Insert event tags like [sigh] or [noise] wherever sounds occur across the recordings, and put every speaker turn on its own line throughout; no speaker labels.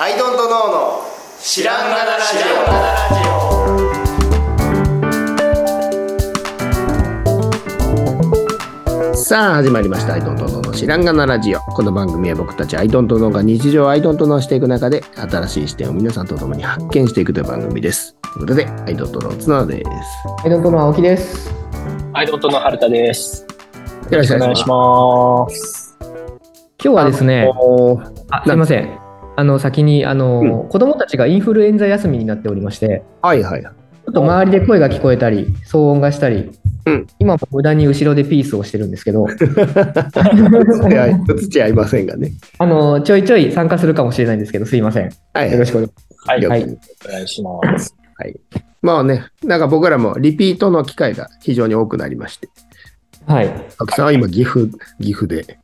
アイドントノーの知らんがなラジ
さあ始まりました「アイドントノの知らんがなラジオ」この番組は僕たちアイドントノが日常をアイドントノしていく中で新しい視点を皆さんと共に発見していくという番組ですということでアイドントノツナです
はい、どうも青木です。
アイドントの春田です。
よろしくお
お
願
願
い
い
し
し
ま
ます。
今日はです
す
ね、
おー
あすいません。あの先にあの、子供たちがインフルエンザ休みになっておりまして、
はいはいはい
ちょっと周りで声が聞こえたり、騒音がしたり、
うん
今も無駄に後ろでピースをしてるんですけど、
はい土合いませんがね
[laughs] あのちょいちょい参加するかもしれないんですけど、すいません。よ
はい
ろしくお願いし
はい、
了解
はい
お願いします。
まあねなんか僕らもリピートの機会が非常に多くなりまして
ます。はい。
たくさんは今岐阜岐阜で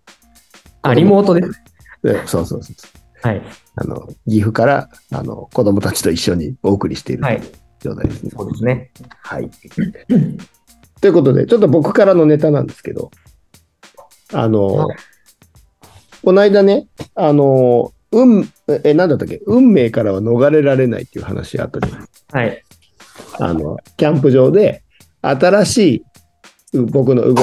あ、リモートです。
でそうそうそう
はい。
あの岐阜からあの子供たちと一緒にお送りしている
はい。
状態ですね、
そうですね。
はい。ということで、ちょっと僕からのネタなんですけど、あの
は、
この間ね、あの、運、え、なんだったっけ、運命からは逃れられないっていう話あったじゃないです
はい。
か。あの、キャンプ場で、新しいう僕の動き、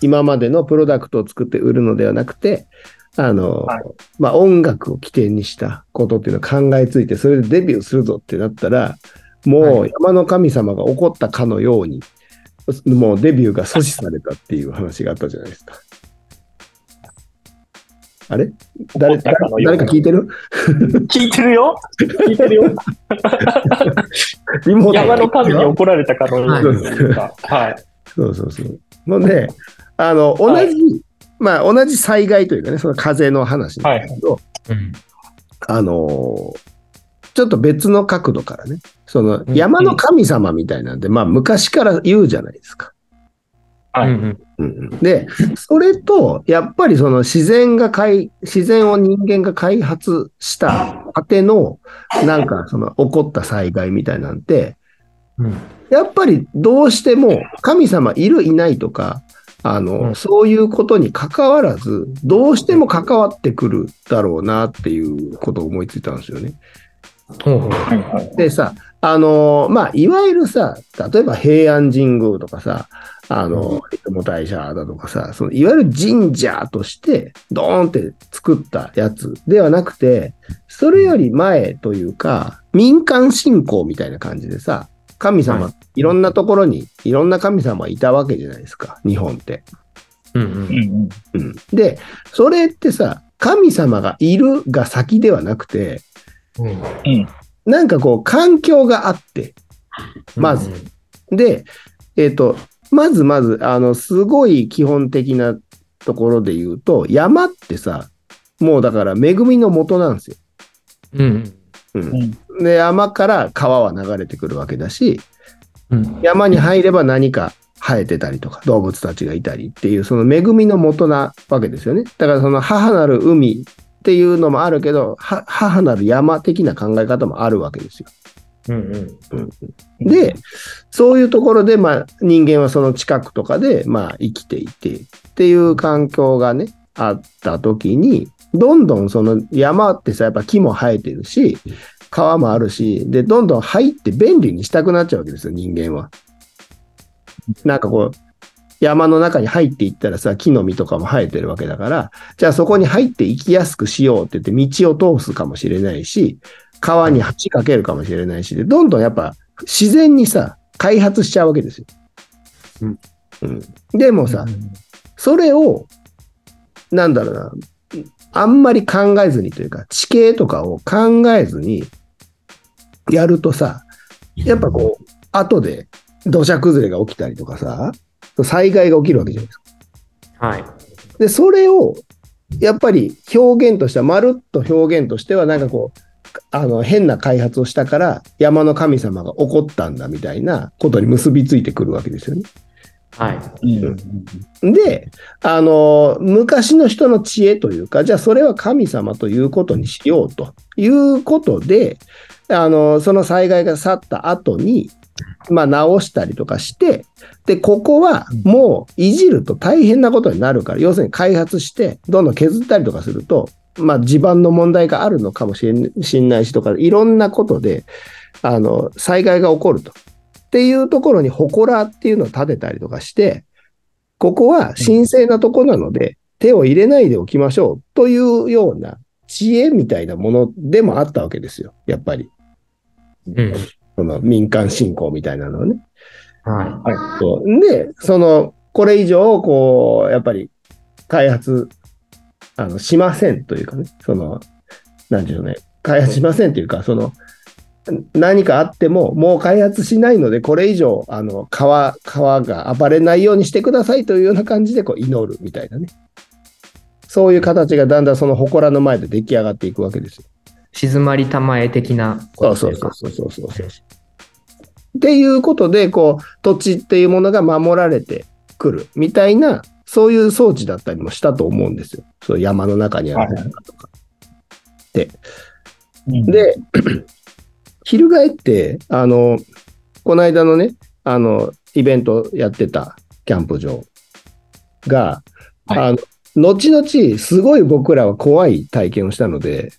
今までのプロダクトを作って売るのではなくて、あの、
はい
まあ、音楽を起点にしたことっていうのを考えついて、それでデビューするぞってなったら、も
は
う山の神様が怒ったかのように、もうデビューが阻止されたっていう話があったじゃないですか。あれ誰
怒ったかのよう
誰
に
か聞い
[laughs]
てる
聞いてるよ聞いてる [laughs] よ
リモート
山の神に怒られたかのようにですか。はい。
そうそうそう。ので、あの、同じ、
は
まあ、同じ災害というかね、その風の話なんですけど、
うん
あのーちょっと別の角度からね、その
うん
山の神様みたいなんで、まあ、昔から言うじゃないですか。
はい
うん
う
うん
んうんで、それと、やっぱりその自然がかい、自然を人間が開発した果ての、なんかその起こった災害みたいなんて、
うん
やっぱりどうしても神様いるいないとか、あの、
うん
そういうことに関わらず、どうしても関わってくるだろうなっていうことを思いついたんですよね。
ほうほう
はいはい
でさ、あの、まあ、いわゆるさ、例えば平安神宮とかさ、あの、出雲大社だとかさ、そのいわゆる神社として、ドーンって作ったやつではなくて、それより前というか、民間信仰みたいな感じでさ、神様、、
はい
ろんなところにいろんな神様いたわけじゃないですか、日本って。
うん
うんうん
うん、で、それってさ、神様がいるが先ではなくて、
うんうん
なんかこう、環境があって、まず、で、えっ、と、まずまず、あの、すごい基本的なところで言うと、山ってさ、もうだから恵みの元なんですよ。
うんうん
うんで、山から川は流れてくるわけだし、
うん
山に入れば何か生えてたりとか、動物たちがいたりっていう、その恵みの元なわけですよね。だからその母なる海っていうのもあるけど、は母なる山的な考え方もあるわけですよ。
うんうん
で、そういうところで、まあ、人間はその近くとかで、まあ、生きていてっていう環境がね、あった時に、どんどんその山ってさ、やっぱ木も生えてるし、川もあるし、で、どんどん入って便利にしたくなっちゃうわけですよ、人間は。なんかこう、山の中に入っていったらさ、木の実とかも生えてるわけだから、じゃあそこに入って行きやすくしようって言って道を通すかもしれないし、川に橋かけるかもしれないし、で、どんどんやっぱ自然にさ、開発しちゃうわけですよ。
うん
うん、でもさ、それを、なんだろうな、あんまり考えずにというか、地形とかを考えずにやるとさ、やっぱこう、後で土砂崩れが起きたりとかさ、災害が起きるわけじゃないですか。
はい。
で、それを、やっぱり表現としては、まるっと表現としては、なんかこう、あの変な開発をしたから山の神様が怒ったんだみたいなことに結びついてくるわけですよね。
はい。
うんうん
で、あの、昔の人の知恵というか、じゃあそれは神様ということにしようということで、あの、その災害が去った後に、まあ直したりとかして、で、ここはもういじると大変なことになるから、要するに開発して、どんどん削ったりとかすると、まあ、地盤の問題があるのかもしれんしんないしとか、いろんなことで、あの、災害が起こると。っていうところに祠っていうのを建てたりとかして、ここは神聖なとこなので、手を入れないでおきましょうというような知恵みたいなものでもあったわけですよ、やっぱり。
うん。
その民間信仰みたいなのはね。
は
そうで、その、これ以上、こう、やっぱり、開発、あの、しませんというかね、その、なんていうのね、開発しませんというか、その、何かあっても、もう開発しないので、これ以上、あの、川、川が暴れないようにしてくださいというような感じで、こう、祈るみたいなね。そういう形がだんだんその祠の前で出来上がっていくわけですよ。
い。静まりたまえ的な
そ
こ
う
と
そ
というう
そ
か。
うそうそうそうそう。っていうことで、こう、土地っていうものが守られてくるみたいな、そういう装置だったりもしたと思うんですよ。そう山の中にあるものとか。
うん、
で、翻って、あの、この間のね、あの、イベントやってたキャンプ場が、
はい
あの、後々、すごい僕らは怖い体験をしたので、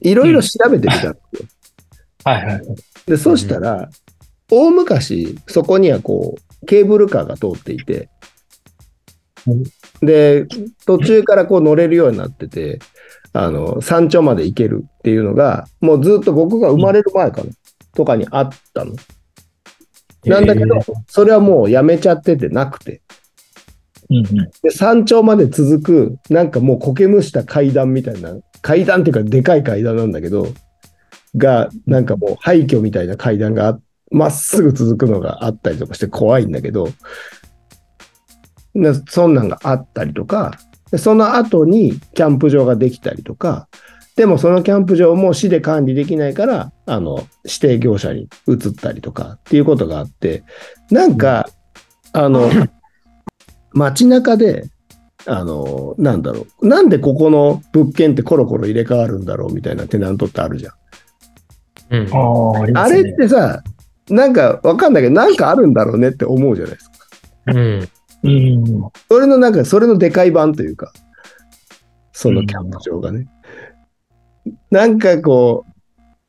いろいろ調べてみたの
はいはい。
で、そうしたら、大昔、そこにはこう、ケーブルカーが通っていて
う、
で、途中からこう乗れるようになってて、あの、山頂まで行けるっていうのが、もうずっと僕が生まれる前かな、とかにあったの。なんだけど
えー、
それはもうやめちゃっててなくて。
うんうん
で、山頂まで続く、なんかもう苔むした階段みたいな、階段っていうかでかい階段なんだけど、が、なんかもう廃墟みたいな階段があまっすぐ続くのがあったりとかして怖いんだけど、なそんなんがあったりとか、でその後にキャンプ場ができたりとか、でもそのキャンプ場も市で管理できないから、あの、指定業者に移ったりとかっていうことがあって、なんか、あの、街中で、あの、なんだろう、なんでここの物件ってコロコロ入れ替わるんだろうみたいなテナントってあるじゃん。
う
あ
ん。
ーありま
あ
すね
れってさ、なんかわかんないけど、なんかあるんだろうねって思うじゃないですか。
うん。
うん。
それのなんか、それのでかい版というか、そのキャンプ場がね。なんかこう、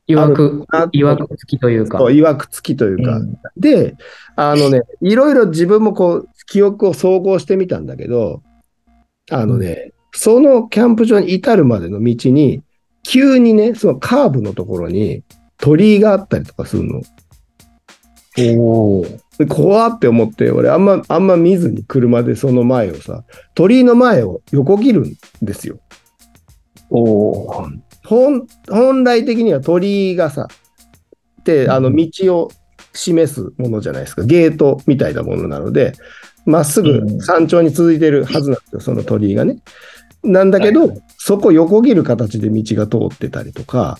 いわく
あるな、
いわくつきというか。
こういわくつきというか、
うん
で、あのね、いろいろ自分もこう、記憶を総合してみたんだけど、あのね、そのキャンプ場に至るまでの道に、急にね、そのカーブのところに鳥居があったりとかするの。
おお。
で怖って思って、俺あんま、あんま見ずに車でその前をさ、鳥居の前を横切るんですよ。
おお。
本、本来的には鳥居がさ、って、あの、道を示すものじゃないですか。ゲートみたいなものなので、まっす
うん
ぐ山頂に続いてるはずなんですよ、その鳥居がね。なんだけ
は
ど
いは、
そこ横切る形で道が通ってたりとか、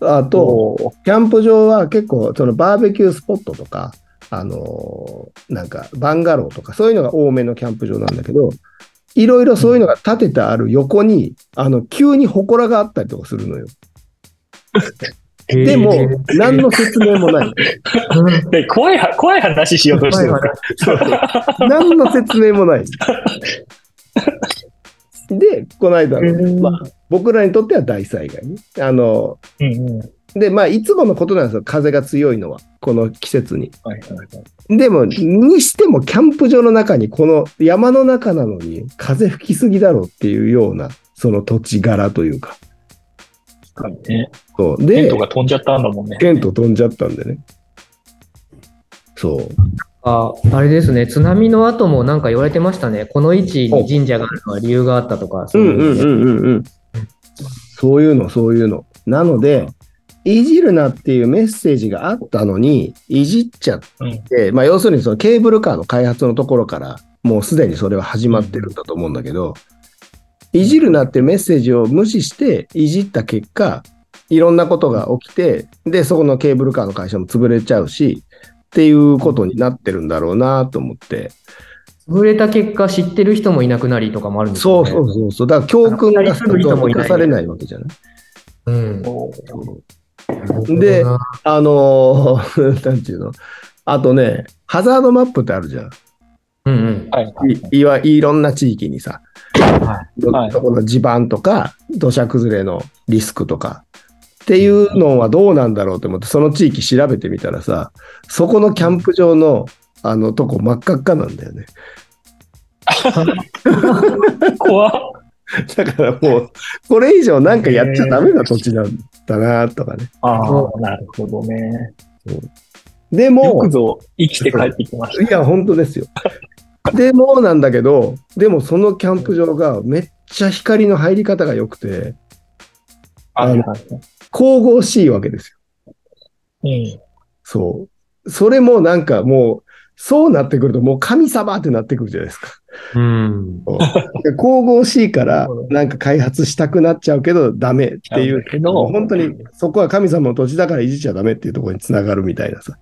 あと、
と、
キャンプ場は結構、そのバーベキュースポットとか、あのーなんかバンガローとか、そういうのが多めのキャンプ場なんだけど、いろいろそういうのが建ててある横に、あの、急に祠があったりとかするのよ。でも
へー、
何の説明
[laughs]
もない。
で怖いは、怖い話しようとしてるのか。
そう何の説明
[laughs]
もない。で、この間、
[laughs] うん
まあ、僕らにとっては大災害ね。あの、
うんうん。
で、まあ、いつものことなんですよ。風が強いのは、この季節に。
はいはいはい。
でも、にしても、キャンプ場の中に、この山の中なのに、風吹きすぎだろうっていうような、その土地柄というか。
確かにね。
そう
テン
で
ト、が飛んじゃったんだもんね。
テント飛んじゃったんでね。そう。
ああれですね、津波の後もなんか言われてましたね、この位置に神社があるのは理由があったとか、そういうね
んうんうん。そういうの、そういうの。なので、いじるなっていうメッセージがあったのに、いじっちゃって、まあ、要するにそのケーブルカーの開発のところから、もうすでにそれは始まってるんだと思うんだけど、いじるなっていうメッセージを無視して、いじった結果、いろんなことが起きて、で、そこのケーブルカーの会社も潰れちゃうし、っていうことになってるんだろうなと思って。
潰れた結果、知ってる人もいなくなりとかもあるんです
そ
よ
う
ね。
そうそうそう。だから教訓が生かされないわけじゃない。
うん
おー
であのー [laughs] なんていうのあとね、ハザードマップってあるじゃん。
うんうん
はいはい
いいわいろんな地域にさ。
はい
どこの地盤とか、土砂崩れのリスクとか、っていうのはどうなんだろうと思って、その地域調べてみたらさ、そこのキャンプ場の、あの、とこ真っ赤っかなんだよね。 [laughs]
怖っ
だからもう、これ以上なんかやっちゃダメな土地なんだなとかね。
あ
そ
あ、なるほどね。
で
よ
も
く、ぞ生きて帰ってきまし
いや、本
[laughs]
当ですよ。でもなんだけど、でもそのキャンプ場がめっちゃ光の入り方が良くて、
た。
あの神々しいわけですよ
うん
そう。それもなんかもう、そうなってくるともう神様ってなってくるじゃないですか。
うん。
[laughs]
で神々しいから
そう、
なんか開発したくなっちゃうけど、ダメっていう。
けど
本当に、そこは神様の土地だからいじっちゃダメっていうところにつながるみたいなさ。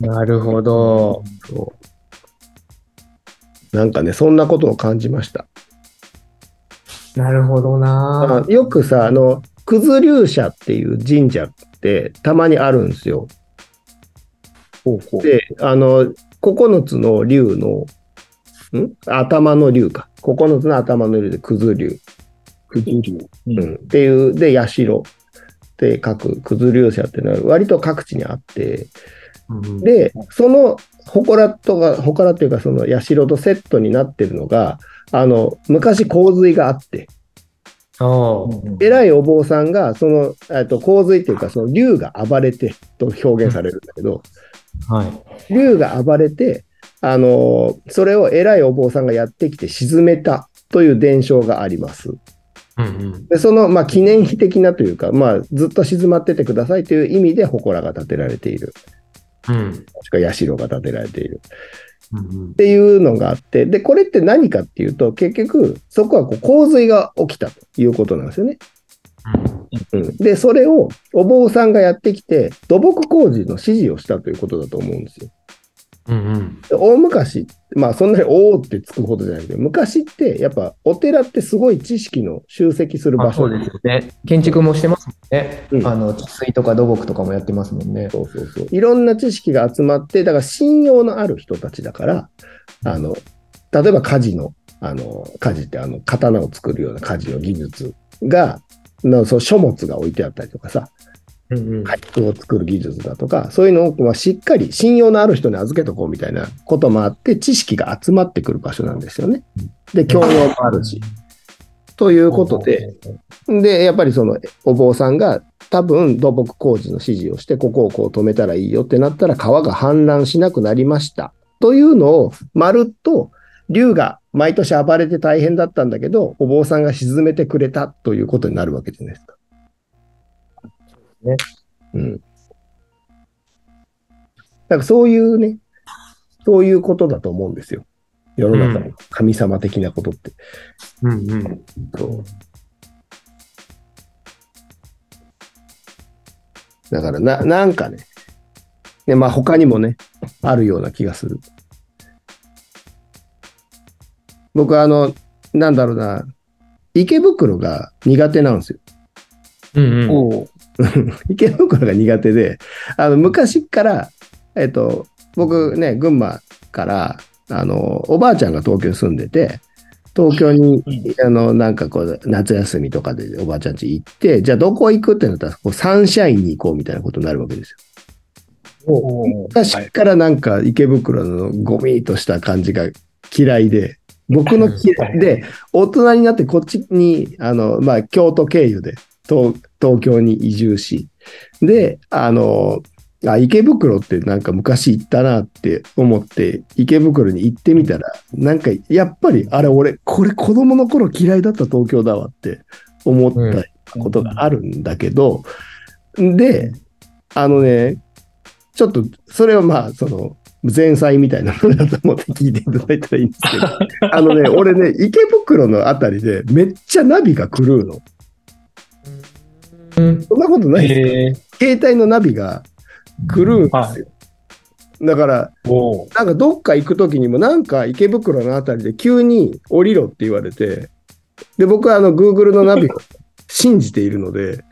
なるほど。
そうなんかね、そんなことを感じました。
なるほどな。
あよくさ、あの、九頭龍社っていう神社ってたまにあるんですよ。
ほうほう
で、あの、9つの竜の、ん頭の竜か。9つの頭の竜で九頭竜。
くずりう
うんん、っていう、で、社って書く、九頭龍社っていうのは割と各地にあって、
うん
で、その祠とか、祠っていうかその社とセットになってるのが、あの、昔洪水があって、
おう
偉いお坊さんが、その、えっと、洪水っていうか、その竜が暴れてと表現されるんだけど、
はい。
竜が暴れて、あの、それを偉いお坊さんがやってきて沈めたという伝承があります。
うん
で、その、まあ、記念碑的なというか、まあ、ずっと静まっててくださいという意味で、祠が建てられている。
うん。うん
もしくは、社が建てられている。っ
うん。
ていうのがあって、で、これって何かっていうと、結局、そこはこう洪水が起きたということなんですよね。うん。で、それを、お坊さんがやってきて、土木工事の指示をしたということだと思うんですよ。
うんうん。
で大昔、まあそんなにおおってつくほどじゃないけど、昔ってやっぱお寺ってすごい知識の集積する場
あ
所
そうですよね。建築もしてますもんね。
うん
あの、治水とか土木とかもやってますもんね。
そうそうそう。いろんな知識が集まって、だから信用のある人たちだから、あの、例えば火事の、あの、火事ってあの、刀を作るような火事の技術が、なそう書物が置いてあったりとかさ、
うんうん。
海図を作る技術だとか、そういうのをまあしっかり信用のある人に預けとこうみたいなこともあって、知識が集まってくる場所なんですよね。で、教養もあるし。ということで、で、やっぱりそのお坊さんが多分土木工事の指示をして、ここをこう止めたらいいよってなったら川が氾濫しなくなりました。というのを、まるっと、竜が毎年暴れて大変だったんだけど、お坊さんが沈めてくれたということになるわけじゃないですか。
ね。
うん。だからそういうね、そういうことだと思うんですよ。世の中の神様的なことって。
うんうん。
そう。だからな、なんかね、ねまあ他にもね、あるような気がする。僕はあの、なんだろうな、池袋が苦手なんですよ。
うんうん。
おう
[laughs] 池袋が苦手で、あの、昔から、えっと、僕ね、群馬から、あの、おばあちゃんが東京に住んでて、東京に、あの、なんかこう、夏休みとかでおばあちゃん家行って、じゃあどこ行くってなったら、こうサンシャインに行こうみたいなことになるわけですよ。
おうは
昔
い
からなんか池袋のゴミとした感じが嫌いで、僕の嫌いで、大人になってこっちに、あの、まあ、京都経由で東東京に移住し、で、あの、あ池袋ってなんか昔行ったなって思って、池袋に行ってみたら、なんかやっぱり、あれ俺、これ子供の頃嫌いだった東京だわって思ったことがあるんだけど、で、あのね、ちょっと、それはまあ、その、前菜みたいなものだと思って聞いていただいたらいいんですけど、あのね、俺ね、池袋のあたりでめっちゃナビが狂うの。
うん
そんなことないです
へえ
携帯のナビが狂うんですよ。だから、
おう
なんかどっか行く時にも、なんか池袋のあたりで急に降りろって言われて、で、僕はあの、Google のナビを信じているので、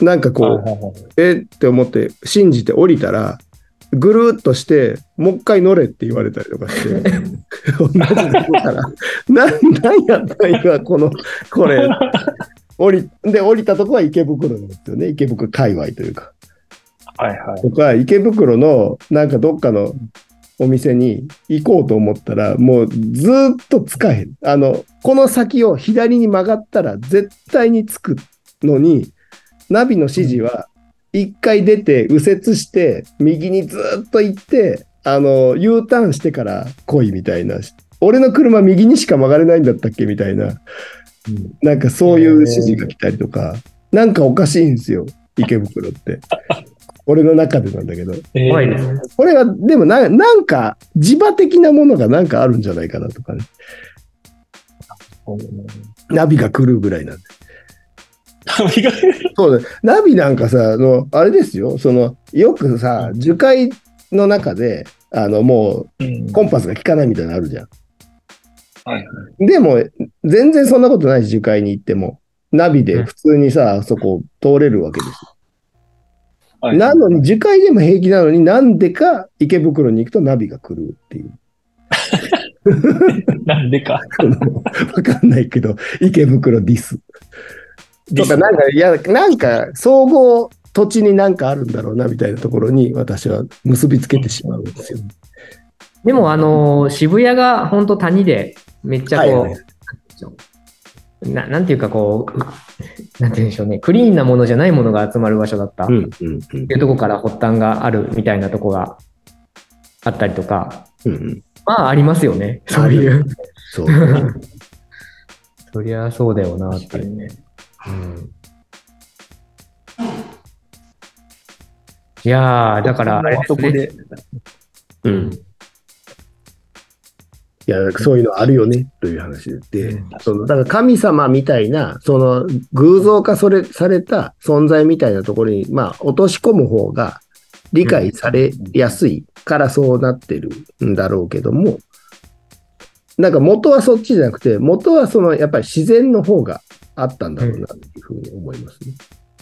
なんかこう、
はいはいはい
えって思って信じて降りたら、ぐるーっとして、もう一回乗れって言われたりとかして、同じとこから、 [laughs] な、なんやったん今、この、これ。降り、で、降りたとこは池袋なんですよね。池袋界隈というか。
はいはい。
とか、池袋の、なんかどっかのお店に行こうと思ったら、もうずーっとつかへん。あの、この先を左に曲がったら絶対につくのに、ナビの指示は、一回出て、右折して、右にずーっと行って、あの、U ターンしてから来いみたいな。俺の車右にしか曲がれないんだったっけみたいな。なんかそういう指示が来たりとか、なんかおかしいんですよ、池袋って。俺の中でなんだけど。
えー
怖いですね。
これは、でもな、なんか、磁場的なものがなんかあるんじゃないかなとかね。ナビが狂うぐらいなんで。
髪が
そうだ。ナビなんかさ、あのあれですよ、その、よくさ、樹海の中で、あの、もう、コンパスが効かないみたいなのあるじゃん。
はい
でも、全然そんなことないし、樹海に行っても。ナビで普通にさ、あそこ通れるわけですよ
はい
なのに、樹海でも平気なのになんでか池袋に行くとナビが狂うっていう。
なんでか。
あのわかんないけど、池袋ディス。とか、なんか、いや、なんか、総合土地になんかあるんだろうな、みたいなところに私は結びつけてしまうんですよ。
でも、あのー渋谷が本当谷で、めっちゃこう、
はいはい
ななんていうかこう、なんて言うんでしょうね、クリーンなものじゃないものが集まる場所だった。
うん、うん、うん
っていうとこから発端があるみたいなとこがあったりとか、
うんうん。
まあありますよね、そういう。
そう。 [laughs]
そりゃそうだよなっていうね。いやー、だからあれですね。
うん。いや、そういうのあるよね、という話で。でその、だから神様みたいな、その、偶像化それされた存在みたいなところに、まあ、落とし込む方が理解されやすいからそうなってるんだろうけども、なんか元はそっちじゃなくて、元はその、やっぱり自然の方があったんだろうな、というふうに思いますね。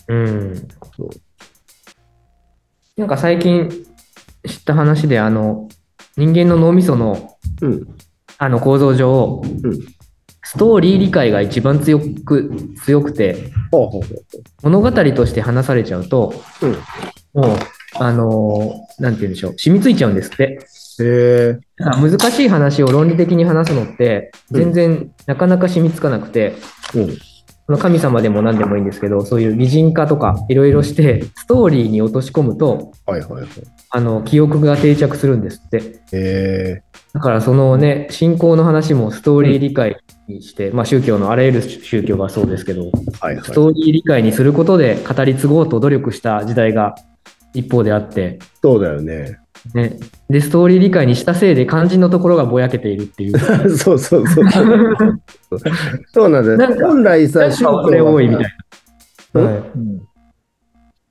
うん。
そう。
なんか最近知った話で、あの、人間の脳みその
うん。
あの構造上、
うん
ストーリー理解が一番強く強くて、
ほうほうほ
物語として話されちゃうと、
うん
もう、あのーなんて言うんでしょう、染みついちゃうんですって。
う。へえ。
だから難しい話を論理的に話すのって、
うん
全然なかなか染みつかなくて、
うん。
その神様でも何でもいいんですけど、そういう擬人化とかいろいろして、ストーリーに落とし込むと、
はいはいはい。
あの、記憶が定着するんですって。
へえ。
だからそのね、信仰の話もストーリー理解にして、まあ宗教のあらゆる宗教がそうですけど、
はいはい
ス。トーリー理解にすることで語り継ごうと努力した時代が一方であって、
そうだよね。 [laughs]
ね、でストーリー理解にしたせいで肝心のところがぼやけているっていう
[laughs] そうそうそう。
[laughs]
そうなんだ
な
よ。
んか
本来さ、
それ多いみたい
う
な。
ん
はい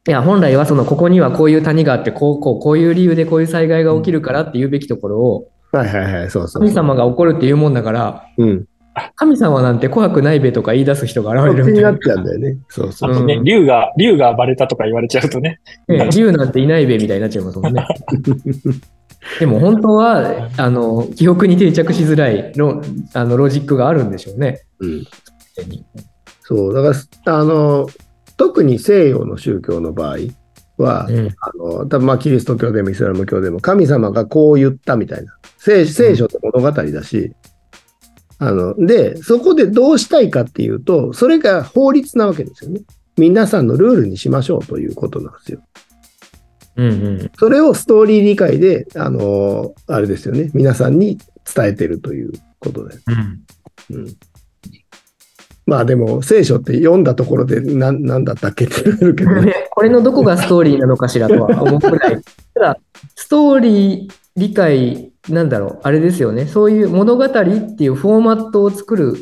いや本来はそのここにはこういう谷があってこうこうこういう理由でこういう災害が起きるからって言うべきところを
な。はいはいはい、そうそうそう。
神様が起こるっていうもんだから
うん。
神様なんて怖くないべとか言い出す人が
そっ
現
ち
れるみ
に
た
ないっちゃうんだよね。そうそ
あ
う。
とね
う、ん
竜が、竜が暴れたとか言われちゃうとね。
なね竜なんていないべみたいになっちゃいますもんね。 [laughs] でも本当はあの記憶に定着しづらいロあのロジックがあるんでしょうね。
うん、そう。だから、あの、特に西洋の宗教の場合は、
うん
あの多分まあキリスト教でもイスラム教でも神様がこう言ったみたいな聖聖書って物語だし、あのでそこでどうしたいかっていうとそれが法律なわけですよね皆さんのルールにしましょうということなんですよ
うんうん
それをストーリー理解であのあれですよね皆さんに伝えてるということで
う
う
ん
んまあでも聖書って読んだところで何何だったっけってなるけ
[laughs]
ど、ね、
これのどこがストーリーなのかしらとは思うく [laughs] らい。ただ、ストーリー理解、なんだろう、あれですよね。そういう物語っていうフォーマットを作る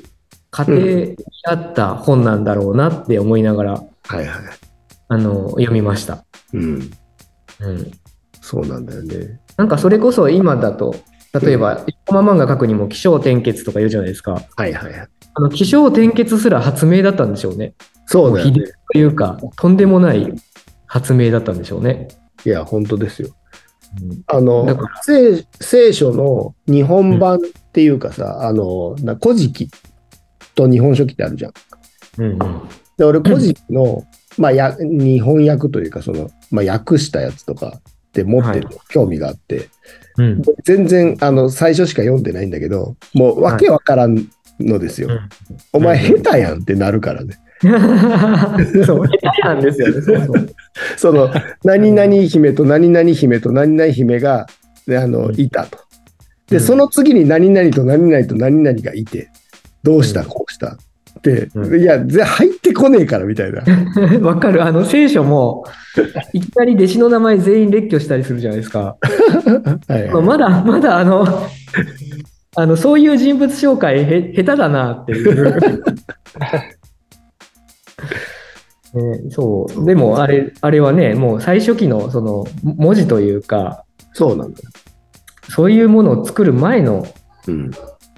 過程にあった本なんだろうなって思いながら、
はいはい、
あの、読みました。
うん、
うん。
そうなんだよね
なんかそれこそ今だと、例えば、コマ漫画描くにも起承転結とか言うじゃないですか。
はいはいはい
あの、起承転結すら発明だったんでしょうね。
そう
もう
だよ
秘
ね
伝というか、とんでもない発明だったんでしょうね。
いや、本当ですよ。あ
だ
の
から、
聖聖書の日本版っていうかさ、あの、な古事記と日本書紀ってあるじゃん。
うんうん
で、俺、古事記の、まあ、や日本訳というか、その、まあ、訳したやつとかって持ってる、興味があって、
[laughs] うん
全然、あの、最初しか読んでないんだけど、もう、わけわからんのですよ。
はい
お前、下手やんってなるからね。
そう、下手なんですよね、そうそう。
[laughs] その、何々姫と何々姫と何々姫が、ね、あの、いたと。
う
で、
ん
その次に何々と何々と何々がいて、どうした、
うん
こうしたって、
う
いや、ぜ入ってこねえからみたい
[laughs]
な。
[laughs] わかる。あの、聖書も、いきなり弟子の名前全員列挙したりするじゃないですか。
はい
まあ、まだ、まだ、あの、あの、そういう人物紹介へ、下手だなって [laughs] いう。ね、そう。でも、あれ、あれはね、もう最初期の、その、文字というか、
そうなんだ。
そういうものを作る前の、
うん。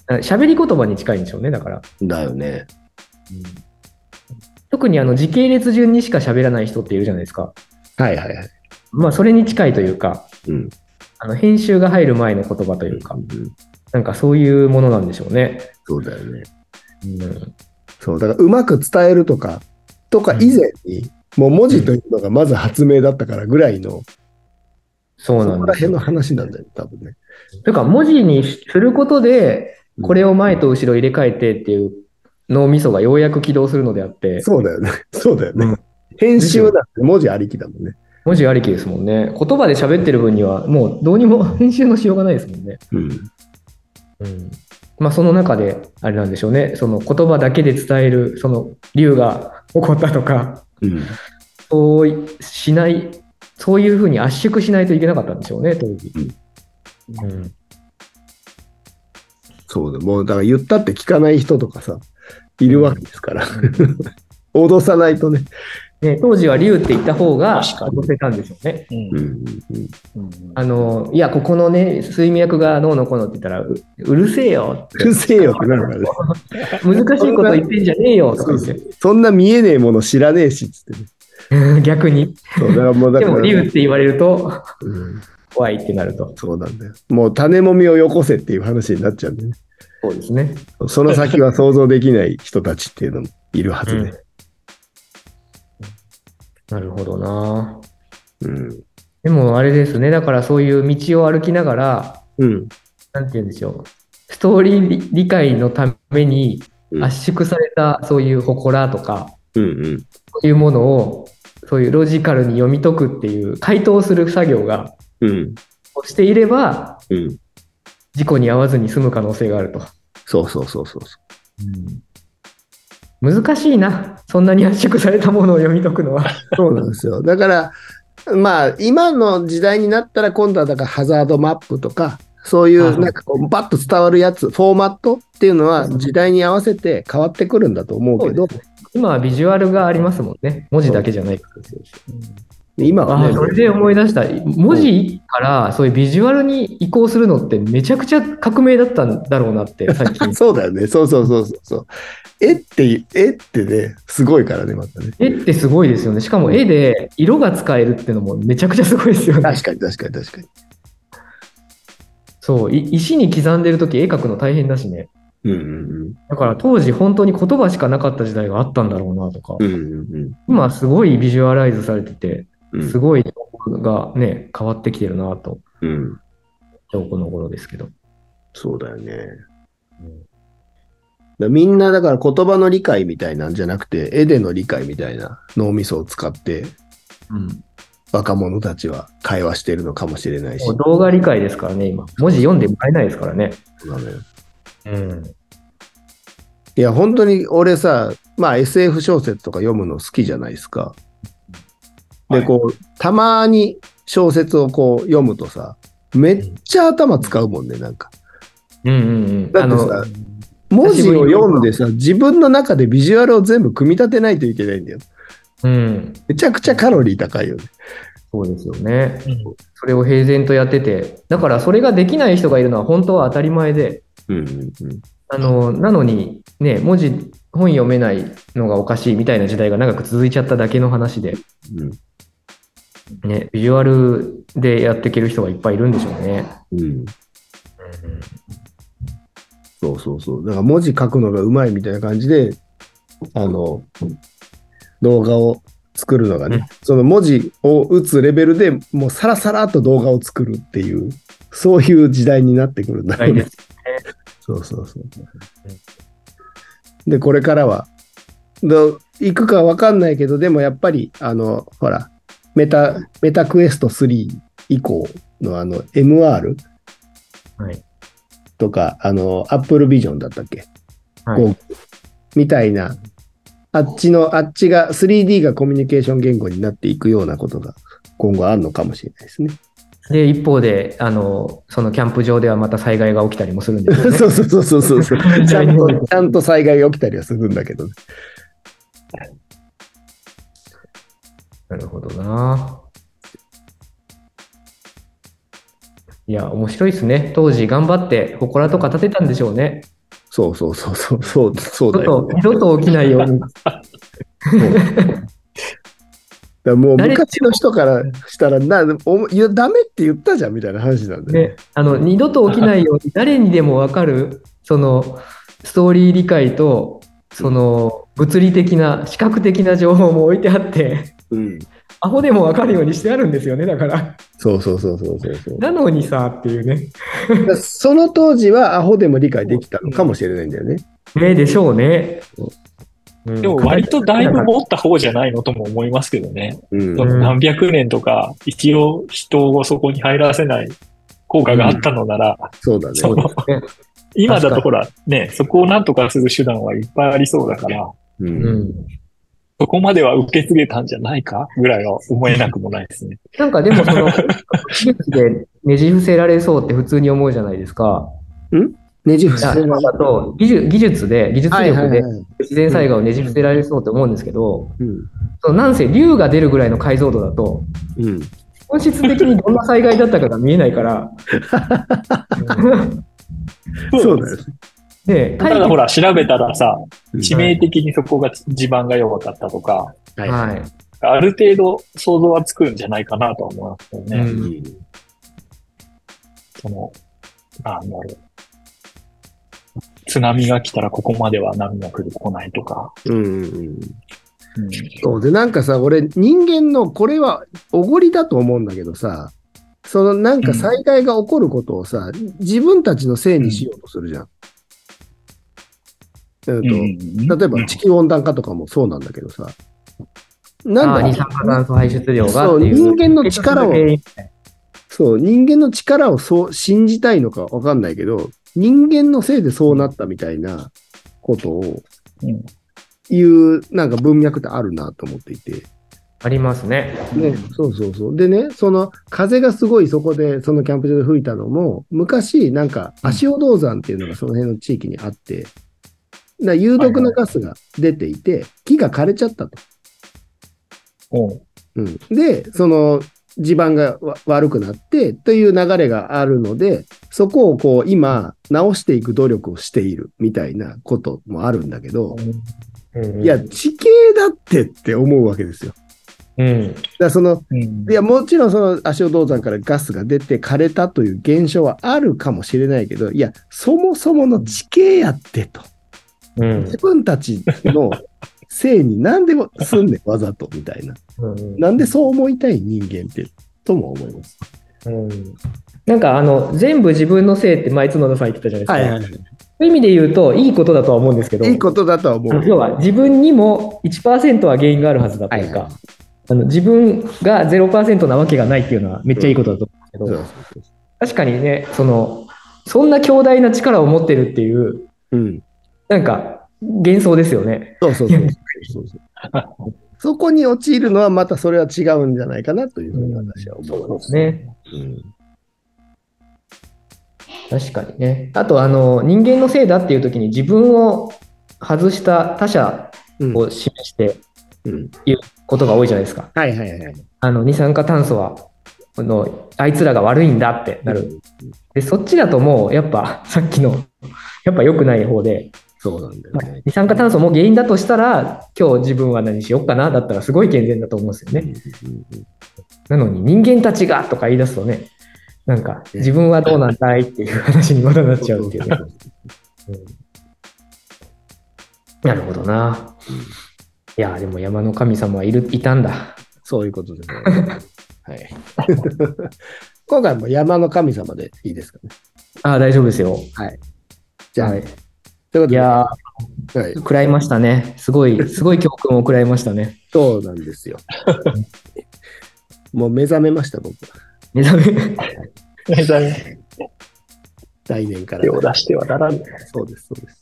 あ喋り言葉に近いんでしょうね、だから。
だよね。
特にあの時系列順にしか喋らない人っているじゃないですか。
はいはいはい。
まあ、それに近いというか、
うん。
あの編集が入る前の言葉というか、
うん
なんかそういうものなんでしょうね。
そうだよね。
うん、
そう、だからうまく伝えるとか、とか以前に、もう文字というのがまず発明だったからぐらいの、
そう
そ
なん
こ
で
ら
すよ
辺の話なんだよね、多分ね。
というか、文字にすることで、これを前と後ろ入れ替えてっていう脳みそがようやく起動するのであって、
そうだよね。 [laughs] そうだよね。
うん
編集なんて文字ありきだもんね。
文字ありきですもんね。言葉で喋ってる分には、もうどうにも編集のしようがないですもんね。
うん。
うんまあ、その中で、あれなんでしょうね、その言葉だけで伝える、その竜が起こったとか、
うん。
そういしない、そういうふうに圧縮しないといけなかったんでしょうね、当時。うん
そうだ。もう、だから言ったって聞かない人とかさ、いるわけですから。 [laughs] 脅さないとね。
ね、当時は竜って言った方が
確かに
乗せたんでしょうね。
うん
うん。うん
うん
あのいや、ここのね、睡眠薬がどうのこうのって言ったら、ううるせえよ、
うるせえよってなるからね。
難しいこと言ってんじゃねえよとか言って、
そんな見えねえもの知らねえし、つってね。
逆に。
そう、だからもうだ
で
から、
も、竜って言われると、
うん
怖いってなると。
そうなんだよ。もう種もみをよこせっていう話になっちゃうんだよね。
そうですね。
その先は想像できない人たちっていうのもいるはずね。
なるほどな。
うん。
でも、あれですね、だからそういう道を歩きながら、
うん。
なんて言うんでしょう、ストーリー理理解のために
うん
圧縮されたそういう祠とか、
うんうん。
そういうものを、そういうロジカルに読み解くっていう、回答する作業が
うん。
をしていれば、
うん。
事故に遭わずに済む可能性があると。
そうそうそうそうそ
難しいな、そんなに圧縮されたものを読み解くのは。
う。そうなんですよ。だから、まあ、今の時代になったら、今度はだからハザードマップとか、そうい
は
う、
い
なんかこう、バッと伝わるやつ、フォーマットっていうのは、時代に合わせて変わってくるんだと思うけど、
[laughs] 今はビジュアルがありますもんね、文字だけじゃない。
今
あ
は
あ、
ね。
そ、れで思い出した。文字からそういうビジュアルに移行するのってめちゃくちゃ革命だったんだろうなって、最近 [laughs]
そうだよね。そうそうそうそうそう。絵って、絵ってね、すごいからね、またね。
絵ってすごいですよね。しかも絵で色が使えるってのもめちゃくちゃすごいですよね。
確かに確かに確かに。
そう、い石に刻んでるとき絵描くの大変だしね。
うんうん
だから当時本当に言葉しかなかった時代があったんだろうなとか。
うん。うんうん
今すごいビジュアライズされてて、
うん。
すごい情報がね、変わってきてるなと、
うん。
今日この頃ですけど。
そうだよね。だみんなだから言葉の理解みたいなんじゃなくて、絵での理解みたいな脳みそを使って
うん、
若者たちは会話してるのかもしれないし
も。う動画理解ですからね、今。文字読んでもらえないですからね。
そうなのよ
うん。
いや、本当に俺さ、まあ SF 小説とか読むの好きじゃないですか。
は
で、
い
こう、たまに小説をこう読むとさ、めっちゃ頭使うもんね、なんか。
うんうんうん。
だ
あ
ってさ
の、
文字を読んでさ、自分の中でビジュアルを全部組み立てないといけないんだよ。
うん。
めちゃくちゃカロリー高いよね。
そうですよね。それを平然とやってて。だからそれができない人がいるのは本当は当たり前で。
うんうん
あの、なのに、ね、文字、本読めないのがおかしいみたいな時代が長く続いちゃっただけの話で、
うん。
ね、ビジュアルでやっていける人がいっぱいいるんでしょうね。
うん。そうそうそう。だから文字書くのがうまいみたいな感じで、あの、動画を作るのがね、
うん
その文字を打つレベルでもうさらさらっと動画を作るっていう、そういう時代になってくるんだ
は
ろう
い
ね。
です
そうそうそう。で、これからは、ど行くかわかんないけど、でもやっぱり、あの、ほら、メタ、メタクエスト3以降のあの MR
はい
とか、あの、Apple Vision だったっけ、
はい
ゴーグルみたいな、あっちの、あっちが 3D がコミュニケーション言語になっていくようなことが今後あるのかもしれないですね。
で、一方で、あの、そのキャンプ場ではまた災害が起きたりもするんですよね。
[laughs] そうそうそうそうそうそう。 [laughs] ちゃんと、ちゃんと災害が起きたりはするんだけどね。
なるほどな。いや、面白いですね。当時頑張って、祠とか建てたんでしょうね。
そうそうそうそうそうそう
ち
だ
ょっ
よ
と
ね、
二度と起きないように。
だからもう
誰
昔の人からしたらなおいやダメって言ったじゃんみたいな話なんで、ね
ね、あの二度と起きないように誰にでも分かるそのストーリー理解とその物理的な視覚的な情報も置いてあって
うん、
アホでも分かるようにしてあるんですよねだから
そうそうそうそうそうそうだ
なのにさっていうね
からその当時はアホでも理解できたのかもしれないんだよね、
ねでしょうね、うん
でも割とだいぶ持った方じゃないのとも思いますけどね。
うん
その何百年とか、一応人をそこに入らせない効果があったのなら、
そうだね
そ
そうう
ね
今だとほら、ね、そこをなんとかする手段はいっぱいありそうだから、
ん
うん、
そこまでは受け継げたんじゃないかぐらいは思えなくもないですね。
[laughs] なんかでもその技術でねじ伏せられそうって普通に思うじゃないですか。
ねじ伏
い
せ
や
られる
今だと技術技術で技術
はいはい
力
はい
で自然災害をねじ伏せられそうって思うんですけど、
うん
そのなんせ竜が出るぐらいの解像度だと
うん
本質的にどんな災害だったかが見えないから [laughs]
そうだよ
で
ただほら、調べたらさ、
うん
致命的にそこが地盤が弱かったとか、
はい、
はい、
ある程度想像はつくんじゃないかなとは思いますけどね。
うん
うん
その、なんだろう。津波が来たらここまでは波が来る、来ないとか。
うんうん
うん
そうでなんかさ俺人間のこれはおごりだと思うんだけどさそのなんか災害が起こることをさ、自分たちのせいにしようとするじゃん。えーと例えば地球温暖化とかもそうなんだけどさ、なん
あー
だ
二酸化炭素排出量が
そう
っていう
人間の力を
結局
そう人間の力をそう信じたいのかわかんないけど人間のせいでそうなったみたいなことを
うん
言うなんか文脈ってあるなと思っていて、
ありますね。
ね、そうそうそう。でね、その風がすごいそこで、そのキャンプ場で吹いたのも、昔、なんか、足尾銅山っていうのがその辺の地域にあって、な有毒なガスが出ていて、木が枯れちゃったと。
うん
うん、で、その地盤がわ悪くなってという流れがあるので、そこをこう今、直していく努力をしているみたいなこともあるんだけど、いや、地形だってって思うわけですよ。だか
うん、
らその
うん
いや、もちろんその足尾銅山からガスが出て枯れたという現象はあるかもしれないけど、いや、そもそもの地形やってと。
うん
自分たちのせいに何でもすんねん、わざとみたいな。
うん
なんでそう思いたい人間って、とも思います。
うんなんかあの全部自分のせいって前角田さん言ってたじゃないですか、
はいはい
そういう意味で言うといいことだとは思うんですけど
いいことだとは思
あの
う。
要は自分にも1%は原因があるはずだというか、
はいは
あの自分が0%なわけがないっていうのはめっちゃいいことだと思うんですけ
そ
ど、
う
確かにねそのそんな強大な力を持ってるっていう
うん。
なんか幻想ですよね。
そうそうそうそうそう。そこに陥るのはまたそれは違うんじゃないかなというふうに私は思います。
ね
うん
確かにね。あとあの人間のせいだっていう時に自分を外した他者
うん
を示して
うん
いうことが多いじゃないですか。
はいはいはい。
あの二酸化炭素はあのあいつらが悪いんだってなる。でそっちだともうやっぱさっきのやっぱ良くない方で
そうなんだよ
まあ
ね。
二酸化炭素も原因だとしたら、今日自分は何しよっかな、だったらすごい健全だと思うんですよね。なのに人間たちがとか言い出すとね、なんか自分はどうなんだいっていう話にまだなっちゃうっていうね。 [laughs] なるほどな。いや、でも山の神様はいるいたんだ。
そういうことでございます。はい。 [laughs] 今回も山の神様でいいですかね。
ああ、大丈夫ですよ。
じゃあ、
はい、
ということ
い
で、
や
はい
ー、、食らいましたね。すごい、すごい教訓を食らいました [laughs] ね。
そうなんですよ。 [laughs] もう目覚めました、僕。
目覚め。
目覚め
来年から
手。を出してはならぬ。
そうです、そうです。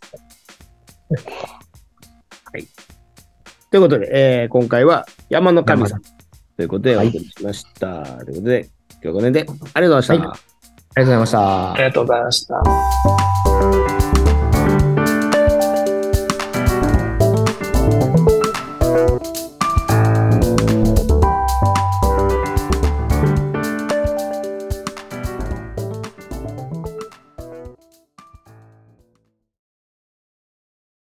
はい。ということで、えー今回は山の神様ということでお
はい
送りしました。ということで、今日はこの辺でありがとうございました。
はいありがとうございました
あり。がとうございました。